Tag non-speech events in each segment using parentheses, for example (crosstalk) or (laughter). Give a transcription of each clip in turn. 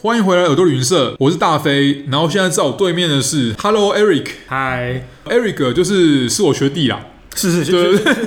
欢迎回来耳朵旅行社，我是大飞。然后现在在我对面的是 Hello Eric，Eric 嗨，就是是我学弟 (laughs) 啦。是是对是是是是，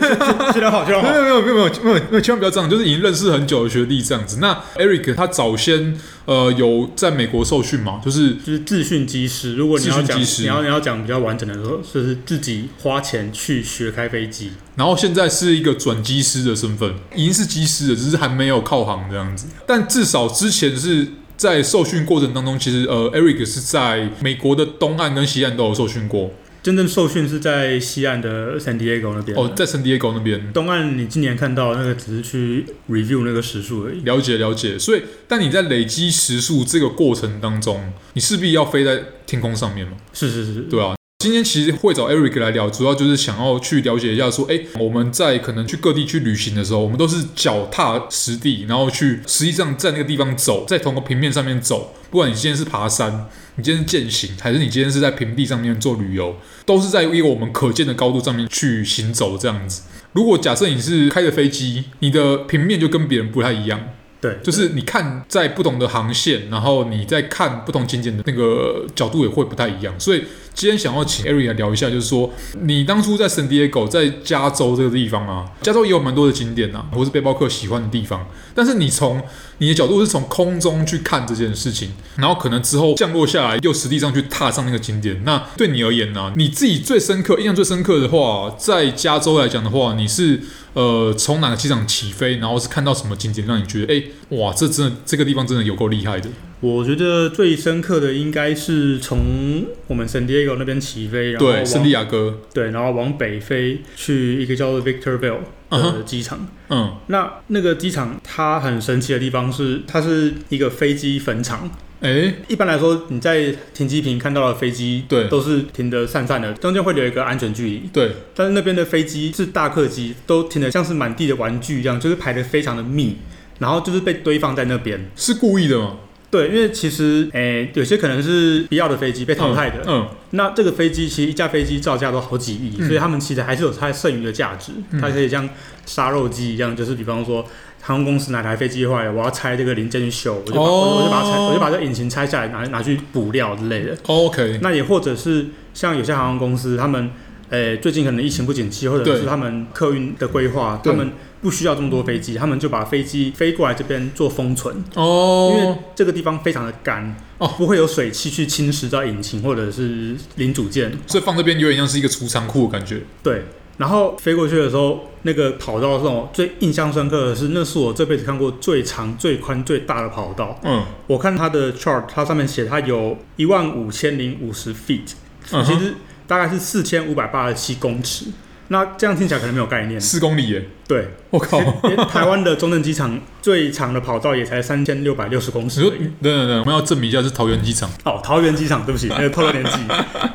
治疗好治疗没好。有没有没有没有没有没有，千万不要这样，就是已经认识很久的学弟这样子。那 Eric 他早先呃有在美国受训嘛，就是就是自训机师，如果你要自训讲机师你要你要讲比较完整的时候，就是自己花钱去学开飞机。然后现在是一个转机师的身份，已经是机师了，只是还没有靠航这样子。但至少之前是在受训过程当中，其实呃，Eric 是在美国的东岸跟西岸都有受训过。真正受训是在西岸的 San Diego 那边。哦，在圣地亚哥那边东岸你今年看到那个只是去 review 那个时数而已。了解了解。所以，但你在累积时速这个过程当中，你势必要飞在天空上面嘛？是是是，对啊，今天其实会找 Eric 来聊，主要就是想要去了解一下，说，哎、我们在可能去各地去旅行的时候，我们都是脚踏实地，然后去实际上在那个地方走，在同个平面上面走，不管你今天是爬山，你今天是践行，还是你今天是在平地上面做旅游，都是在一个我们可见的高度上面去行走这样子。如果假设你是开着飞机，你的平面就跟别人不太一样，对，就是你看在不同的航线，然后你在看不同景点的那个角度也会不太一样。所以今天想要请 Eric 来聊一下，就是说你当初在 San Diego 在加州这个地方啊，加州也有蛮多的景点啊，或是背包客喜欢的地方。但是你从你的角度是从空中去看这件事情，然后可能之后降落下来，又实际上去踏上那个景点。那对你而言呢、你自己最深刻、印象最深刻的话，在加州来讲的话，你是呃从哪个机场起飞，然后是看到什么景点让你觉得，哎、哇，这真的这个地方真的有够厉害的。我觉得最深刻的应该是从我们 San Diego 那边起飞，然后对，圣地往亚哥，对，然后往北飞去一个叫做 Victorville 嗯哼的机场。嗯，那那个机场它很神奇的地方是，它是一个飞机坟场。哎、一般来说，你在停机坪看到的飞机，对都是停得散散的，中间会留一个安全距离。对，但是那边的飞机是大客机，都停得像是满地的玩具一样，就是排得非常的密，然后就是被堆放在那边。是故意的吗？对，因为其实诶、有些可能是必要的飞机被淘汰的，嗯，那这个飞机其实一架飞机造价都好几亿，嗯所以他们其实还是有它剩余的价值。嗯它可以像杀肉机一样，就是比方说航空公司哪台飞机坏了，我要拆这个零件去修，我就把、哦我就把它拆，我就把这个引擎拆下来拿拿去补料之类的。 o k 那也或者是像有些航空公司，他们呃最近可能疫情不景气，或者对是他们呃客运的规划，对他们不需要这么多飞机，他们就把飞机飞过来这边做封存，因为哦，这个地方非常的干，哦不会有水汽去侵蚀到引擎或者是零组件。所以放这边有点像是一个储藏库的感觉。对，然后飞过去的时候，那个跑道让我最印象深刻的是，那是我这辈子看过最长、最宽、最大的跑道。嗯，我看它的 chart，它上面写它有一万五千零五十 feet，、嗯其哼实大概是四千五百八十七公尺。那这样听起来可能没有概念，四公里耶，对。我 (laughs) 靠！因为台湾的中正机场最长的跑道也才三千六百六十公你 (laughs) 尺说而已。等等等，我们要证明一下是桃园机场。哦，桃园机场，对 (laughs) 不起，那呃个透露年纪。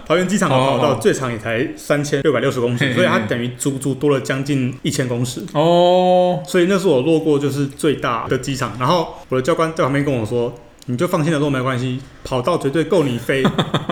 桃园机场的跑好好道好最长也才三千六百六十公哦嘿嘿尺，嘿所以它等于足足多了将近一千公尺。哦，所以那是我落过就是最大的机场。然后我的教官在旁边跟我说：“你就放心的落没关系，跑道绝对够 (laughs) 你飞，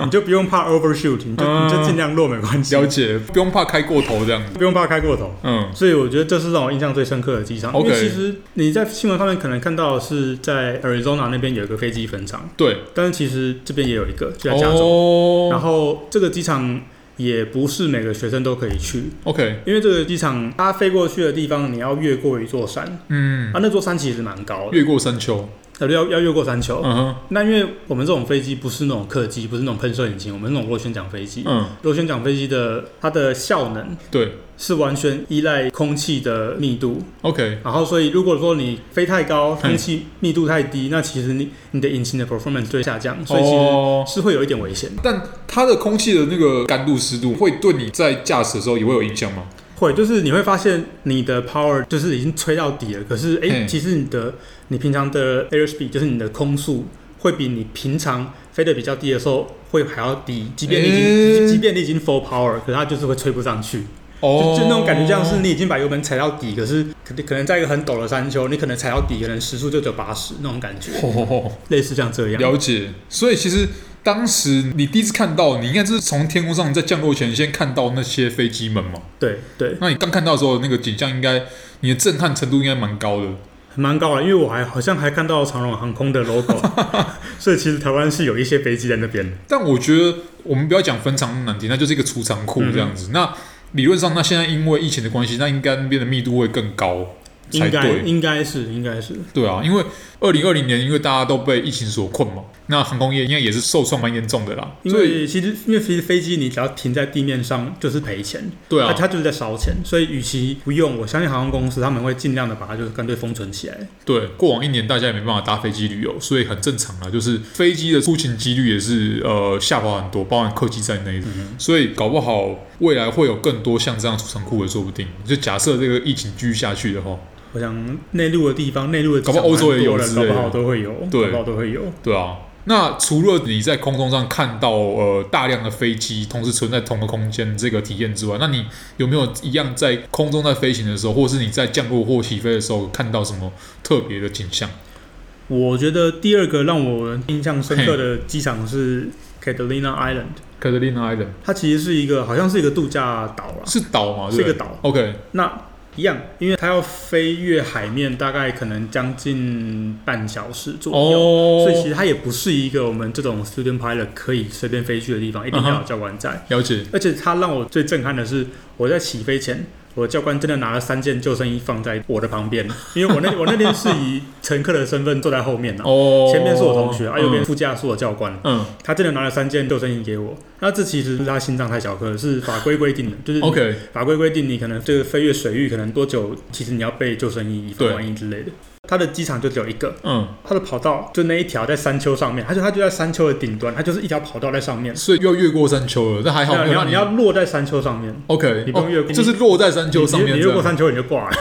你就不用怕 overshoot，你就嗯你就尽量落没关系，了解，不用怕开过头这样。不用怕开过头。”嗯，所以我觉得这是让我印象最深刻的机场 OK 因为其实你在新闻上面可能看到的是在 Arizona 那边有一个飞机坟场，对。但是其实这边也有一个，就在加州。然哦后这个机场也不是每个学生都可以去， ，OK，因为这个机场它飞过去的地方，你要越过一座山，嗯，啊，那座山其实蛮高的，越过山丘，呃要要越过山丘。嗯哼，那因为我们这种飞机不是那种客机，不是那种喷射引擎，我们是那种螺旋桨飞机。嗯，螺旋桨飞机的它的效能对是完全依赖空气的密度， ，OK，然后所以如果说你飞太嗯高，空气密度太低，那其实你你的引擎的 performance 就会下降，所以其实哦，是会有一点危险。但它的空气的那个干度、湿度会对你在驾驶的时候也会有影响吗？会，就是你会发现你的 power 就是已经吹到底了，可是哎、嗯其实你的你平常的 airspeed 就是你的空速会比你平常飞得比较低的时候会还要低，即便你已经、诶即便你已经 full power，可是它就是会吹不上去，哦，就就那种感觉，像是你已经把油门踩到底，可是可能可能在一个很陡的山丘，你可能踩到底，可能时速就只有八十那种感觉，哦，类似像这样。了解。所以其实当时你第一次看到，你应该是从天空上在降落前先看到那些飞机们嘛？对对，那你刚看到的时候，那个景象应该你的震撼程度应该蛮高的。蛮高了，因为我还好像还看到长荣航空 (laughs) 的 logo，所以其实台湾是有一些飞机在那边的。但我觉得我们不要讲分仓难题，那就是一个储藏库这样嗯子。那理论上，那现在因为疫情的关系，那应该那边的密度会更高才应该对。应该是应该是，对啊，因为二零二零年因为大家都被疫情所困嘛，那航空业应该也是受创蛮严重的啦。因所以为其实因为其实飞机你只要停在地面上就是赔钱，对啊它，它就是在烧钱，所以与其不用，我相信航空公司他们会尽量的把它就是干脆封存起来。对，过往一年大家也没办法搭飞机旅游，所以很正常啦。就是飞机的出勤几率也是呃下滑很多，包含客机在内的。嗯所以搞不好未来会有更多像这样储藏库的，说不定。就假设这个疫情继续下去的话，我想内陆的地方，内陆的搞不好欧洲也有了，之搞类的不好都会有，对搞不好都会有。对啊。那除了你在空中上看到呃大量的飞机同时存在同个空间这个体验之外，那你有没有一样在空中在飞行的时候，或是你在降落或起飞的时候看到什么特别的景象？我觉得第二个让我印象深刻的机场是 Catalina Island， c a t a l i n a Island 它其实是一个好像是一个度假岛啦，是岛吗？是一对个不对岛。 OK，那一样，因为它要飞越海面，大概可能将近半小时左右。哦，所以其实它也不是一个我们这种 student pilot 可以随便飞去的地方，一嗯定要有教官在。了解，而且它让我最震撼的是，我在起飞前，我的教官真的拿了三件救生衣放在我的 (laughs) 旁边，因为我那我那天是以乘客的身份坐在后面呢、哦，前面是我同学，啊，嗯右边副驾是我教官，嗯他真的拿了三件救生衣给我。那这其实是他心脏太小颗了，是法规规定的，就是嗯 OK，法规规定你可能这个飞越水域可能多久，其实你要备救生衣以防对万一之类的。他的机场就只有一个，嗯，他的跑道就那一条在山丘上面，他就他就在山丘的顶端，他就是一条跑道在上面。所以又越过山丘了，但还好没你有要让你要落在山丘上面， OK，你不用越哦过就是落在山丘上面你这你样，越过山丘你就挂了，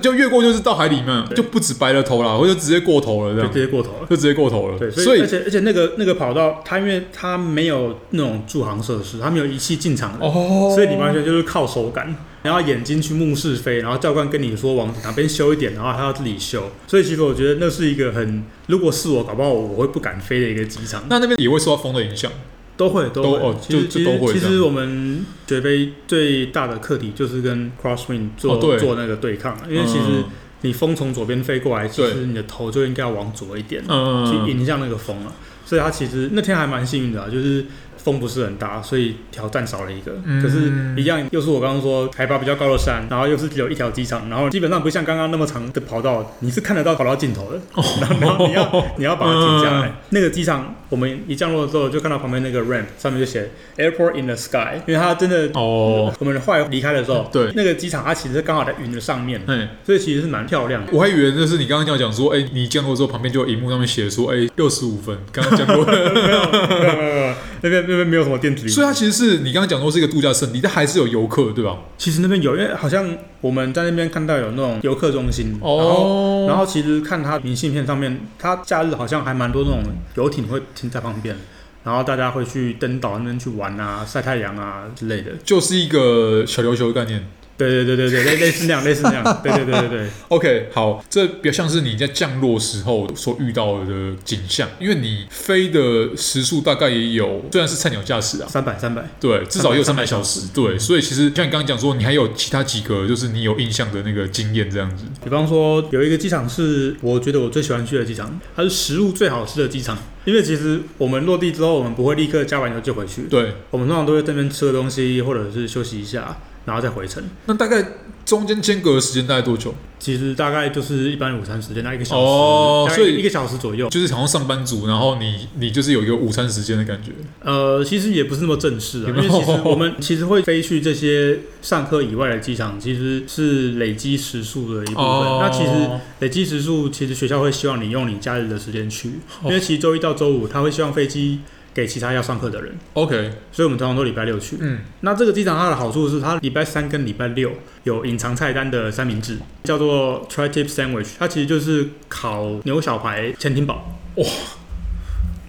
就越过就是到海里面，对就不止白了头啦，或者直接过头了这就样，直接过头了。就直接过头了。对，啊所所以而以且而且那个那个跑道，它因为它没有那种驻航设施，它没有仪器进场的，哦，所以你完全就是靠手感，然后眼睛去目视飞，然后教官跟你说往哪边修一点，然后他要自己修。所以其实我觉得那是一个很，如果是我，搞不好我会不敢飞的一个机场。那那边也会受到风的影响。都会都都会，哦其实就就其都实会其这实样我们学飞最大的课题就是跟 crosswind 做、哦对嗯做那个对抗，因为其实你风从左边飞过来，其对实你的头就应该要往左一点，嗯，去嗯，迎向那个风啊。所以它其实那天还蛮幸运的、啊，就是风不是很大，所以挑战少了一个。嗯可是，一样又是我刚刚说海拔比较高的山，然后又是只有一条机场，然后基本上不像刚刚那么长的跑道，你是看得到跑道尽头的。 (laughs) 然后然后你哦要你要把它停下来。嗯那个机场，我们一降落之后就看到旁边那个 ramp 上面就写 Airport in the Sky，因为它真的。哦，我们后来离开的时候，对那个机场它其实刚好在云的上面，哎。所以其实是蛮漂亮的。我还以为就是你刚刚要讲说，哎、你降落之后旁边就有荧幕上面写说，哎、六十五分，刚刚降落， (laughs) 没有没有没有那边那边没有什么电子所以它其实是你刚刚讲说是一个度假胜地，但还是有游客，对吧？其实那边有，因为好像我们在那边看到有那种游客中心，哦然后然后其实看他明信片上面，他假日好像还蛮多那种游艇会停在旁边，然后大家会去登岛那边去玩啊、晒太阳啊之类的。就是一个小琉球的概念。对对对对对，类类似那样，类似那样，对对对对对， OK，好，这比较像是你在降落时候所遇到的景象，因为你飞的时速大概也有，虽然是菜鸟驾驶啊，三百三百，对，至少也有三百300小时，对，所以其实像你刚刚讲说，你还有其他几个就是你有印象的那个经验这样子，比方说，有一个机场是我觉得我最喜欢去的机场，它是食物最好吃的机场。因为其实我们落地之后，我们不会立刻加完油就回去，对，我们通常都会在那边吃个东西，或者是休息一下，然后再回程。那大概中间间隔的时间大概多久？其实大概就是一般午餐时间，那一个小时，哦大概所以一个小时左右。就是好像上班族，然后你你就是有一个午餐时间的感觉，呃，其实也不是那么 (laughs) 正式啊，有没因有为其实我们其实会飞去这些上课以外的机场，其实是累积时数的一部分。哦那其实累积时数，其实学校会希望你用你假日的时间去，哦因为其实周一到周五他会希望飞机给其他要上课的人， OK，所以我们通常都礼拜六去。嗯，那这个机场它的好处是，它礼拜三跟礼拜六有隐藏菜单的三明治，叫做 tri tip sandwich，它其实就是烤牛小排潜艇堡。哇！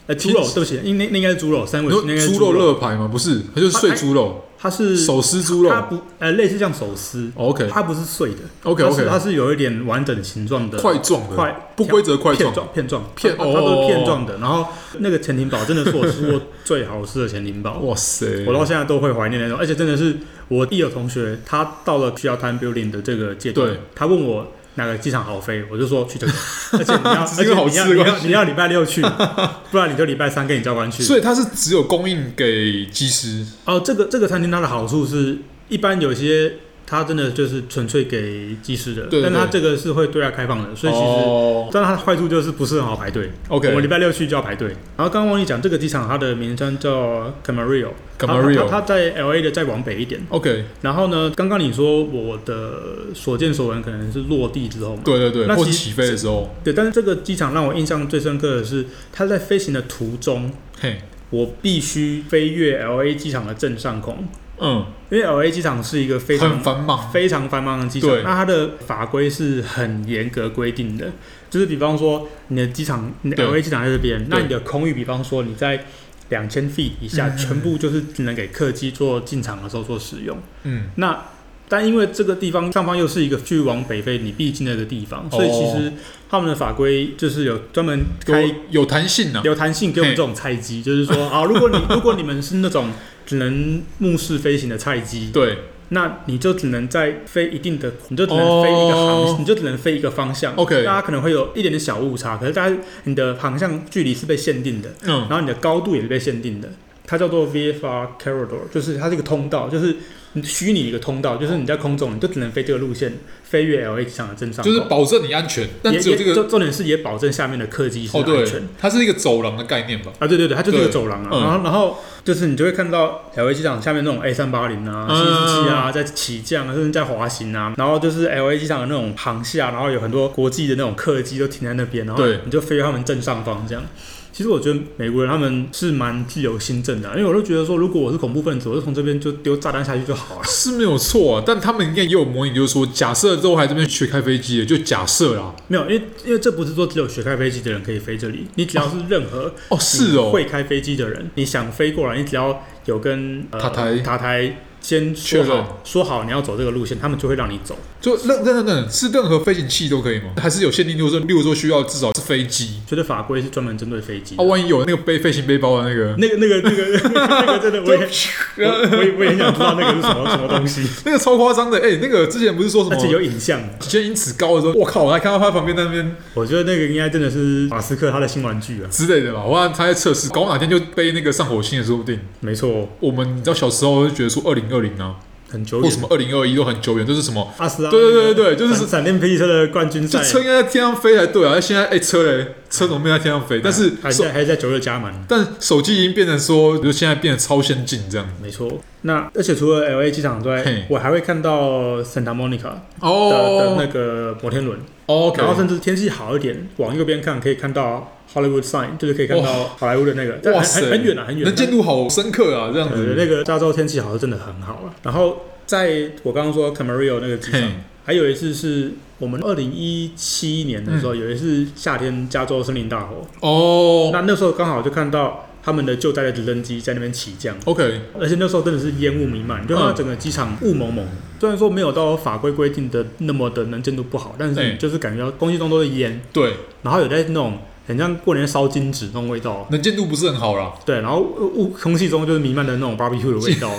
呃，猪肉，其实对不起，应那那应该是猪肉你 sandwich，说那应该是猪肉，热排吗？不是，它就是碎猪肉，它是手撕猪肉哦它不呃类似像手撕， ，OK 它不是碎的 OK 它是 OK，它是有一点完整形状的块状的，块不规则块片状，状片状片它它都哦是片状的。然后那个潜艇堡真的是我吃过最好吃的潜艇堡，哇塞，我到现在都会怀念那种，而且真的是我一有同学，他到了需要 time building 的这个阶段对，他问我哪个机场好飞，我就说去 (laughs) 这个，而且你要，而这个好且你吃哦的要你关要系你要礼拜六去，不然你就礼拜三跟你教官去。所以它是只有供应给机师哦，这个这个餐厅它的好处是，一般有些它真的就是纯粹给技师的，对对但它对这个是会对外开放的，所以其实。哦但它的坏处就是不是很好排队。 OK 我礼拜六去就要排队。然后刚刚忘记讲，这个机场它的名称叫 Camarillo。它 Camarillo 它它在 LA 的再往北一点。 OK，然后呢，刚刚你说我的所见所闻可能是落地之后嘛，对对对，那或其是实起飞的时候，对。但是这个机场让我印象最深刻的是，它在飞行的途中，嘿，我必须飞越 LA 机场的正上空，嗯，因为 LA 机场是一个非常很繁忙，非常繁忙的机场对，那它的法规是很严格规定的，就是比方说你的机场，你的对 LA 机场在这边，那对你的空域，比方说你在两千 feet 以 (laughs) 下，嗯全部就是只能给客机做进场的时候做使用。嗯，那但因为这个地方上方又是一个去往北非你必经的一个地哦方，所以其实他们的法规就是有专门开有有弹性啊，有弹性给我们这种菜鸡，嗯就 (laughs) 是说啊，如果你如果你们是那种只能目视飞行的菜鸡，对那你就只能在飞一定的，你就只能飞一个航，哦你就只能飞一个方向。 OK 大家可能会有一点点小误差，可是大家你的航向距离是被限定的，嗯然后你的高度也是被限定的。它叫做 VFR corridor，就是它是一个通道，就是你虚拟一个通道，就是你在空中你就只能飞这个路线，飞越 LA 机场的正上就是方保证你安全，但也只有也这个重重点是也保证下面的客机是哦，安全对。，它是一个走廊的概念吧？啊，对对对，它就是一个对走廊啊，嗯然后然后就是你就会看到 L A 机场下面那种 A 三八零啊、七四七啊，嗯在起降啊，甚至在滑行啊，然后就是 L A 机场的那种航下，然后有很多国际的那种客机都停在那边，然后对你就飞到他们正上方这样。其实我觉得美国人他们是蛮自由心政的啊、因为我都觉得说，如果我是恐怖分子，我就从这边就丢炸弹下去就好了。是没有错啊，但他们应该也有模拟，就是说，假设都还这边学开飞机的，就假设啦。没有，因为因为这不是说只有学开飞机的人可以飞这里，你只要是任何哦，是哦，会开飞机的人，你想飞过来，你只要有跟呃塔台塔台先确说认好，说好你要走这个路线，他们就会让你走。就任任任任是任何飞行器都可以吗？还是有限定，就是说，例如说需要至少是飞机觉得法规是专门针对飞机的啊，。万一有那个背飞行背包的那个，那个、那个、那个、 (laughs) 那个，真的，我也、我我也、 (laughs) 我也很想知道那个是什么什么东西， (laughs) 那个超夸张的，哎、那个之前不是说什而且么有影像。千英尺高的时候，我靠，我还看到他旁边那边我觉得那个应该真的是马斯克他的新玩具啊，之类的吧，我看他在测试，搞不好哪天就背那个上火星也说不定。没错，我们你知道小时候就觉得说二零二零啊，很久或什远。么二零二一都很久远，就是什么，阿斯拉，对对对对对就是闪闪电霹雳车的冠军赛这，车应该在天上飞才对啊，现在哎、车嘞，车怎么没有在天上飞？但是哎啊还手在还在九六加满。但手机已经变成说，就现在变得超先进这样。没错，那而且除了 L A 机场之嘿外，我还会看到 Santa Monica 的的啊那哦个摩天轮， ，OK，然后甚至天气好一点，往右边看可以看到 Hollywood sign，就是可以看到好莱坞的那个，但哇很塞，很很远啊，很远。能见度好深刻啊，这样但是对子。那个加州天气好是真的很好啊。然后在我刚刚说 Camarillo 那个机嘿场，还有一次是我们二零一七年的时候，有一次夏天加州森林大火，嗯哦那那时候刚好就看到他们的救灾的直升机在那边起降。 ，OK，而且那时候真的是烟雾弥漫，就看嗯到整个机场雾蒙蒙。虽然说没有到法规规定的那么的能见度不好，但是对你就是感觉到空气中都是烟，对，然后有在那种很像过年烧金纸那种味道，能见度不是很好啦。对，然后雾空气中就是弥漫的那种 (laughs) barbecue 的味道，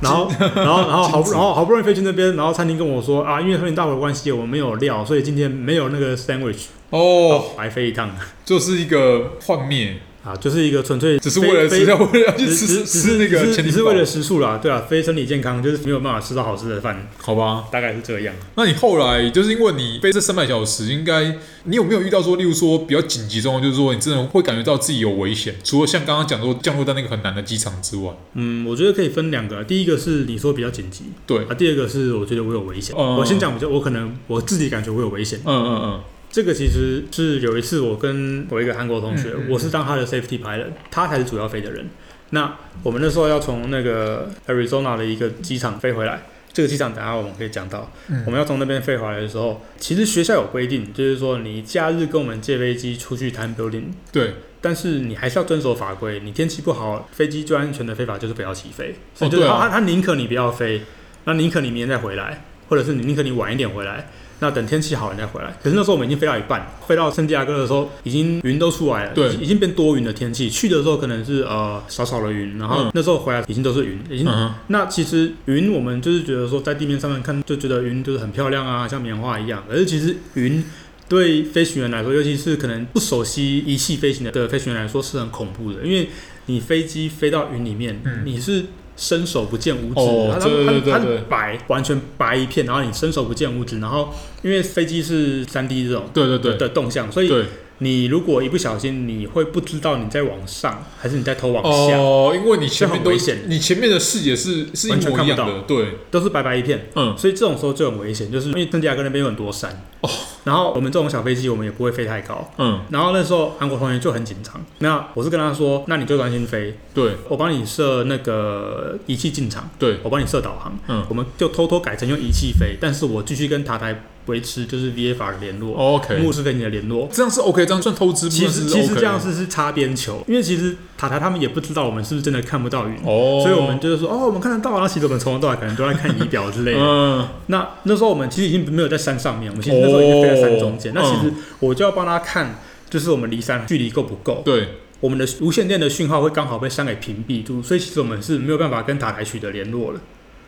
然后然后然后好不然后好不容易飞去那边，然后餐厅跟我说啊，因为和你大伙的关系，我们没有料，所以今天没有那个 sandwich，哦，白飞一趟就是一个幻灭，啊，就是一个纯粹只是为了飞吃，要为了要去只吃只只是吃那只个是前只提是为了食宿啦，对啊，非身体健康就是没有办法吃到好吃的饭，好吧？大概是这样。那你后来就是因为你飞这三百小时，应该你有没有遇到说，例如说比较紧急状况，就是说你真的会感觉到自己有危险？除了像刚刚讲说降落在那个很难的机场之外，嗯，我觉得可以分两个，第一个是你说比较紧急，对，啊，第二个是我觉得我有危险。哦我先讲比较，我可能我自己感觉我有危险。嗯嗯这个其实是有一次我跟我一个韩国同学，嗯嗯嗯我是当他的 safety pilot，他才是主要飞的人。那我们那时候要从那个 Arizona 的一个机场飞回来，这个机场等下我们可以讲到。嗯我们要从那边飞回来的时候，其实学校有规定，就是说你假日跟我们借飞机出去 time building，嗯，对，但是你还是要遵守法规，你天气不好，飞机最安全的飞法就是不要起飞。所以就是对他、啊他他宁可你不要飞，那宁可你明天再回来，或者是你宁可你晚一点回来，那等天气好了再回来。可是那时候我们已经飞到一半，飞到圣地亚哥的时候，已经云都出来了，对已经已经变多云的天气。去的时候可能是呃少少的云，然后嗯那时候回来已经都是云，已经嗯那其实云，我们就是觉得说，在地面上面看就觉得云就是很漂亮啊，像棉花一样。可是其实云对飞行员来说，尤其是可能不熟悉仪器飞行的的飞行员来说，是很恐怖的，因为你飞机飞到云里面，嗯你是。伸手不见五指，哦它它对对对它它对白完全白一片，然后你伸手不见五指，然后因为飞机是三 D 这种对对对的动向，所以对你如果一不小心，你会不知道你在往上还是你在头往下，哦，因为你前面这很都危险你前面的视野是是一完全模一样看不的，对，都是白白一片。嗯，所以这种时候就很危险，就是因为圣地亚哥那边有很多山哦，然后我们这种小飞机我们也不会飞太高。嗯，然后那时候韩国同学就很紧张，那我是跟他说，那你就专心飞，对我帮你设那个仪器进场，对，我帮你设导航，嗯我们就偷偷改成用仪器飞，但是我继续跟塔台维持就是 VFR 的联络，哦，OK，牧师跟你的联络。这样是 OK，这样算偷资，其不实算其实 OK 这样是是擦边球，因为其实塔台他们也不知道我们是不是真的看不到云，哦，所以我们就是说哦我们看得到啊，那其实我们从头到尾可能都在看仪表之类的。嗯那那时候我们其实已经没有在山上面，我们其实那时候已经飞在山中间。哦那其实我就要帮他看，就是我们离山距离够不够，对我们的无线电的讯号会刚好被山给屏蔽住，所以其实我们是没有办法跟塔台取得联络了。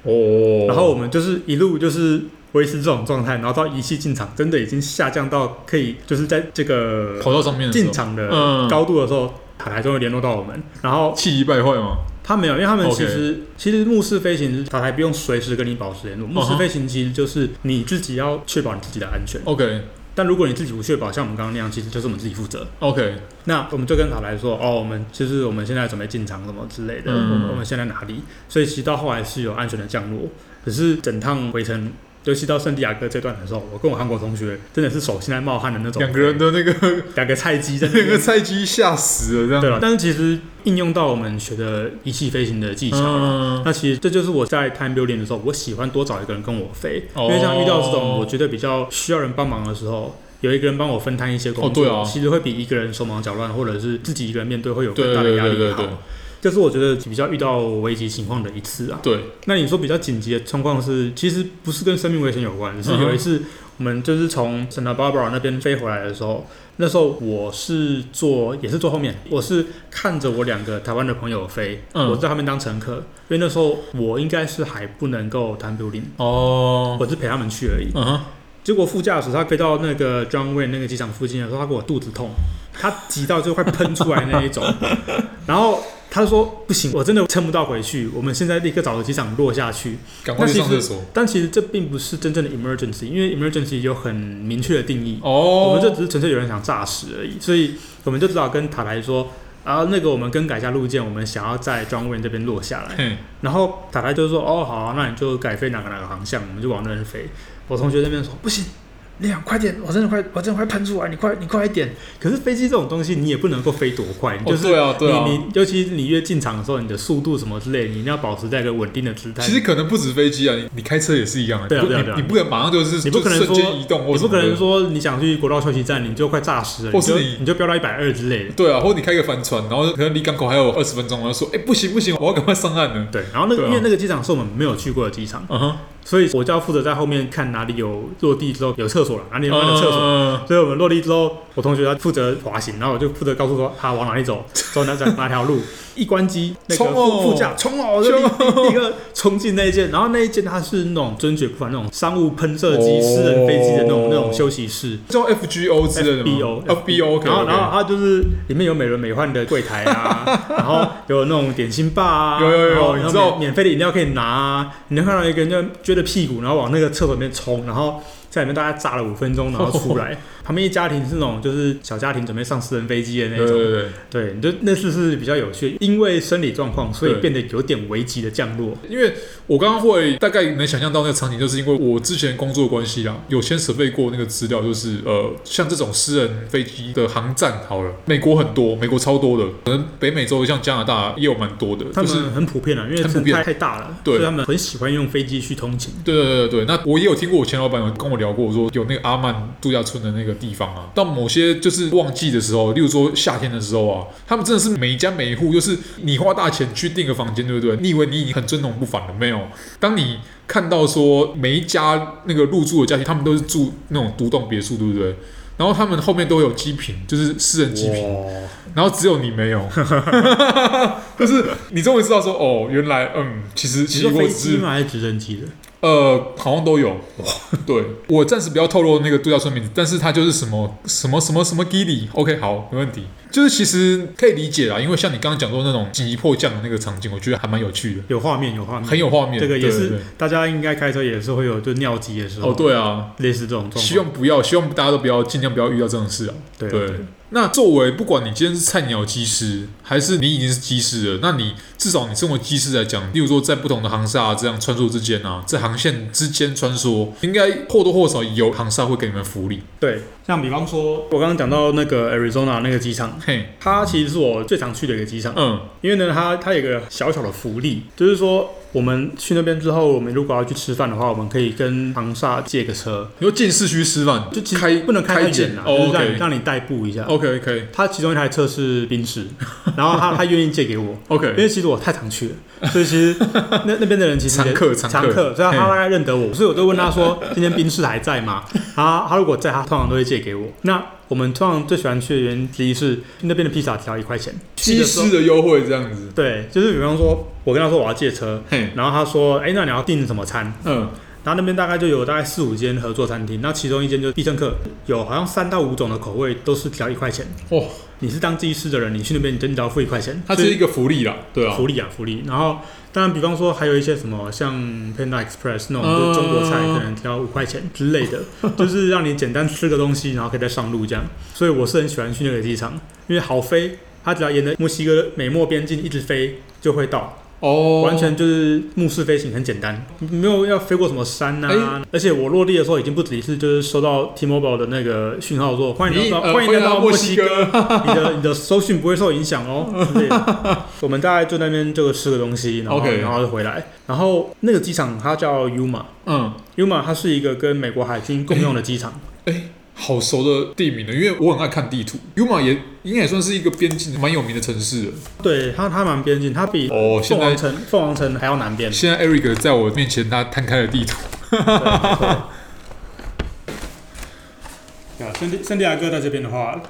哦，然后我们就是一路就是维持这种状态，然后到仪器进场，真的已经下降到可以就是在这个跑到上面的时候进场的嗯高度的时候，塔台终于联络到我们，然后。气急败坏嘛，他没有，因为他们 OK 其实其实牧师飞行，塔台不用随时跟你保持联络。牧嗯师哼飞行其实就是你自己要确保你自己的安全。 ，OK 但如果你自己不确保，像我们刚刚那样，其实就是我们自己负责。 OK，那我们就跟塔台说，哦，我们就是我们现在准备进场什么之类的，嗯我们我们现在哪里？所以其实到后来是有安全的降落，可是整趟回程。尤其到圣地亚哥这段的时候，我跟我韩国同学真的是手心在冒汗的那种，两个人的那个两个菜 (laughs) 鸡在那 (laughs) 两个边。菜鸡吓死了，这样对了，但是其实应用到我们学的仪器飞行的技巧啦嗯那其实这就是我在 time building 的时候，我喜欢多找一个人跟我飞，哦因为像遇到这种我觉得比较需要人帮忙的时候，有一个人帮我分摊一些工哦作，对啊其实会比一个人手忙脚乱，或者是自己一个人面对会有更对大对的压对力对好对。这是我觉得比较遇到危急情况的一次啊。对，那你说比较紧急的状况是，其实不是跟生命危险有关，是嗯哼有一次我们就是从 Santa Barbara 那边飞回来的时候，那时候我是坐也是坐后面，我是看着我两个台湾的朋友飞，嗯我在他们当乘客，因为那时候我应该是还不能够 time building，哦，我是陪他们去而已。嗯哼，结果副驾驶他飞到那个 John Wayne 那个机场附近的时候，他给我肚子痛，他急到就快喷出来那 (laughs) 一种。然后他说：“不行，我真的撑不到回去，我们现在立刻找个机场落下去。赶快去上厕所，但其实这并不是真正的 emergency，因为 emergency 有很明确的定义，哦，我们就只是纯粹有人想诈死而已，所以我们就只好跟塔台说。啊，那个我们更改一下路线，我们想要在庄园这边落下来。嘿，然后塔台就说：“哦，好啊、那你就改飞哪个哪个航向，我们就往那边飞。”我同学那边说：“不行，你俩快点，我真的快，我真的快喷出来，你快，你快一点。”可是飞机这种东西，你也不能够飞多快，你哦就是、对啊对啊你，你尤其你越进场的时候，你的速度什么之类，你一定要保持在一个稳定的姿态。其实可能不止飞机啊，你你开车也是一样啊，对啊你不对啊你对啊你不能马上就是 (laughs) 你不可能就说瞬间移动，你不可能说。说你想去国道休息站，你就快炸死了，或你是就你你就飙到一百二之类的。对啊，或者你开个帆船，然后可能离港口还有二十分钟，然后说，哎、不行不行，我要赶快上岸了。对，然后那个、对啊因为那个机场是我们没有去过的机场，嗯哼，所以我就要负责在后面看哪里有落地之后有厕所了，哪里有那个厕所。嗯所以我们落地之后，我同学他负责滑行，然后我就负责告诉说他往哪里走，走哪哪哪条路。一关机，那个冲哦副副驾冲哦，我就立立立刻冲进那一间，然后那一间它是那种尊爵不凡那种商务喷射机、哦私人飞机的那种那种休息室。叫 FGO 之类的吗 FBO FBO，然后然后 OK，OK 它就是里面有美轮美奂的柜台啊，然后有那种点心吧啊，有有有然后你然后知道免免费的饮料可以拿啊，你能看到一个人就撅着屁股，然后往那个厕所里面冲，然后。在里面大概炸了五分钟，然后出来。旁边一家庭是那种就是小家庭准备上私人飞机的那对种，对对，对，就那次是比较有趣，因为生理状况，所以对变得有点危急的降落。因为我刚刚会大概能想象到那个场景，就是因为我之前工作的关系啦，啊有先准备过那个资料，就是呃，像这种私人飞机的航站好了，美国很多，美国超多的，可能北美洲像加拿大也有蛮多的，他就是们很普遍了，因为很普生遍态太大了，对所以他们很喜欢用飞机去通勤。对对对对，那我也有听过我前老板有跟我聊过，说有那个阿曼度假村的那个地方啊，到某些就是旺季的时候，例如说夏天的时候啊，他们真的是每一家每一户，就是你花大钱去订个房间，对不对？你以为你已经很尊荣不凡了没有？当你看到说每一家那个入住的家庭，他们都是住那种独栋别墅，对不对？然后他们后面都有机坪，就是私人机哦坪，哇然后只有你没有，就是你终于知道说，哦，原来，嗯，其实你其实说我飞只机是吗？还是直升机的？呃，好像都有。对，我暂时不要透露那个度假村名字，但是它就是什么什么什么什么 g i l i OK，好，没问题。就是其实可以理解啦，因为像你刚刚讲过那种急迫降的那个场景，我觉得还蛮有趣的，有画面，有画面，很有画面。这个也对是对大家应该开车也是会有，就尿急的时对候，哦，，对啊，类似这种状希况。望不要，希望大家都不要，尽量不要遇到这种事啊。对对，那作为不管你今天是菜鸟机师，还是你已经是机师了，那你至少你身为机师来讲，例如说在不同的航厦这样穿梭之间啊，在航线之间穿梭，应该或多或少有航厦会给你们福 (laughs) 利。对，像比方说，我刚刚讲到那个 Arizona 那个机场，嘿，它其实是我最常去的一个机场，嗯，因为呢，它它有一个小小的福利，就是说我们去那边之后，我们如果要去吃饭的话，我们可以跟长沙借个车，你说进市区吃饭，就其实开不能开太开远检啦，就是哦让你，OK 让你代步一下。 OK OK 他其中一台车是宾士，然后他他愿意借给我，因 OK，为其实我太常去了，所以其实那那边的人其实常也客常常客，客所以他嘿大概认得我，所以我就问他说：“今天冰室还在吗？”他他如果在，他通常都会借给我。那我们通常最喜欢去的原因之一是那边的披萨只要一块钱，去机的时候师的优惠这样子，对，就是比方说我跟他说我要借车，嘿，然后他说：“哎、那你要订什么餐？”嗯，然后那边大概就有大概四五间合作餐厅，那其中一间就是必胜客，有好像三到五种的口味都是只要一块钱。哦，你是当技师的人，你去那边你真的只要付一块钱，它所以是一个福利啦，对啊，福利啊，福利。然后当然，比方说还有一些什么像 Panda Express 那种，就是中国菜，嗯可能只要五块钱之类 (laughs) 的，就是让你简单吃个东西，然后可以再上路这样。所以我是很喜欢去那个机场，因为好飞，它只要沿着墨西哥美墨边境一直飞就会到，哦，完全就是目视飞行，很简单，没有要飞过什么山呐、哎而且我落地的时候已经不止一次，就是收到 T-Mobile 的那个讯号说欢迎你来到、呃欢迎欢来迎来到到墨墨西西哥哥。你的你的搜讯不会受影响哦。之类 (laughs) 的我们大概就在那边就吃个东西，然后 OK 然后就回来。然后那个机场它叫 Yuma，Yuma 嗯。它是一个跟美国海军共用的机 (laughs) 场。哎好熟的地名了，因为我很爱看地图。Yuma 也应该也算是一个边境蛮有名的城市了。对，它它蛮边境，它比哦，现凤凰在城凤凰城还要南边。现在 Eric 在我面前，他摊开了地图。对啊，圣地圣地亚哥在这边的话，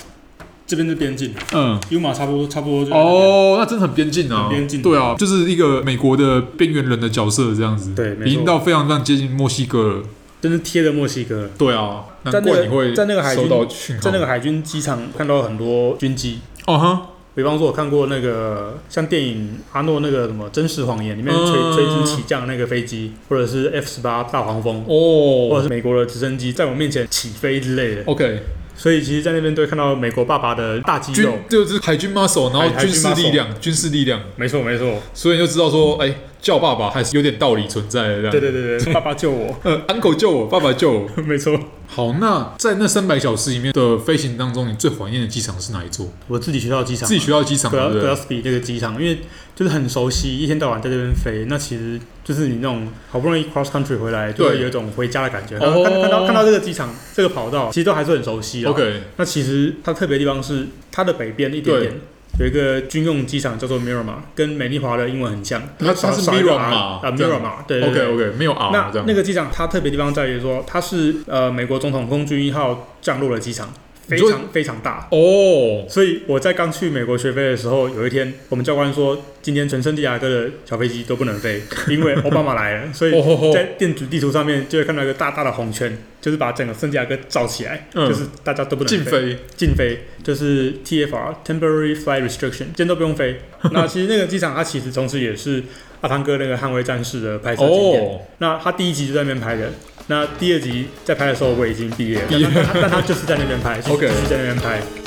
这边是边境嗯， ，Yuma 差不多差不多就在那边。哦，那真的很边境啊，很边境对啊，就是一个美国的边缘人的角色这样子，对没错已经到非常非常接近墨西哥了。真是贴着墨西哥。对啊，在难那个怪你会在那个海军收到讯号，在那个海军机场看到很多军机，哦哈，比方说，我看过那个像电影阿诺那个什么《真实谎言》里面垂嗯垂直起降那个飞机，或者是 F 十八大黄蜂，或者哦是美国的直升机在我面前起飞之类的。 ，OK，所以其实，在那边都会看到美国爸爸的大肌军肉。就是海军 muscle，然后海军事海军 muscle 力量，军事力量，没错，没错。所以你就知道说，哎，叫爸爸还是有点道理存在的这样。对对对对，爸爸救我。呃，uncle 救我，爸爸救我。 (laughs) 没错。好，那在那三百小时里面的飞行当中，你最怀念的机场是哪一座？我自己学校的机场，啊自己学校的机场，对不 Glas- 对？ Glasby 这个机场，因为就是很熟悉，一天到晚在这边飞，那其实就是你那种好不容易 cross country 回来，就会对有一种回家的感觉。然后哦看看到看到这个机场这个跑道，其实都还是很熟悉啊。 OK，那其实它特别的地方是它的北边一点点。有一个军用机场叫做 Miramar，跟美丽华的英文很像。它它是少一个 Miramar， R，啊这样，Miramar，对对 OK 对。 OK，没有 R 那这样。那个机场它特别的地方在于说，它是呃美国总统空军一号降落的机场，非你说常非常大。哦，所以我在刚去美国学飞的时候，有一天我们教官说，今天全圣地亚哥的小飞机都不能 (laughs) 飞，因为奥巴马来了。所哦以吼吼在电子地图上面就会看到一个大大的红圈，就是把整个圣地亚哥罩起来，嗯就是大家都不能禁飞，飞禁飞就是 TFR Temporary Flight Restriction，今天都不 (laughs) 用飞。那其实那个机场它其实同时也是阿汤哥那个《捍卫战士》的拍摄景点。哦，那他第一集就在那边拍的，那第二集在拍的时候我已经毕业了，但他但他就是在那边拍 (laughs) OK 继续在那边拍。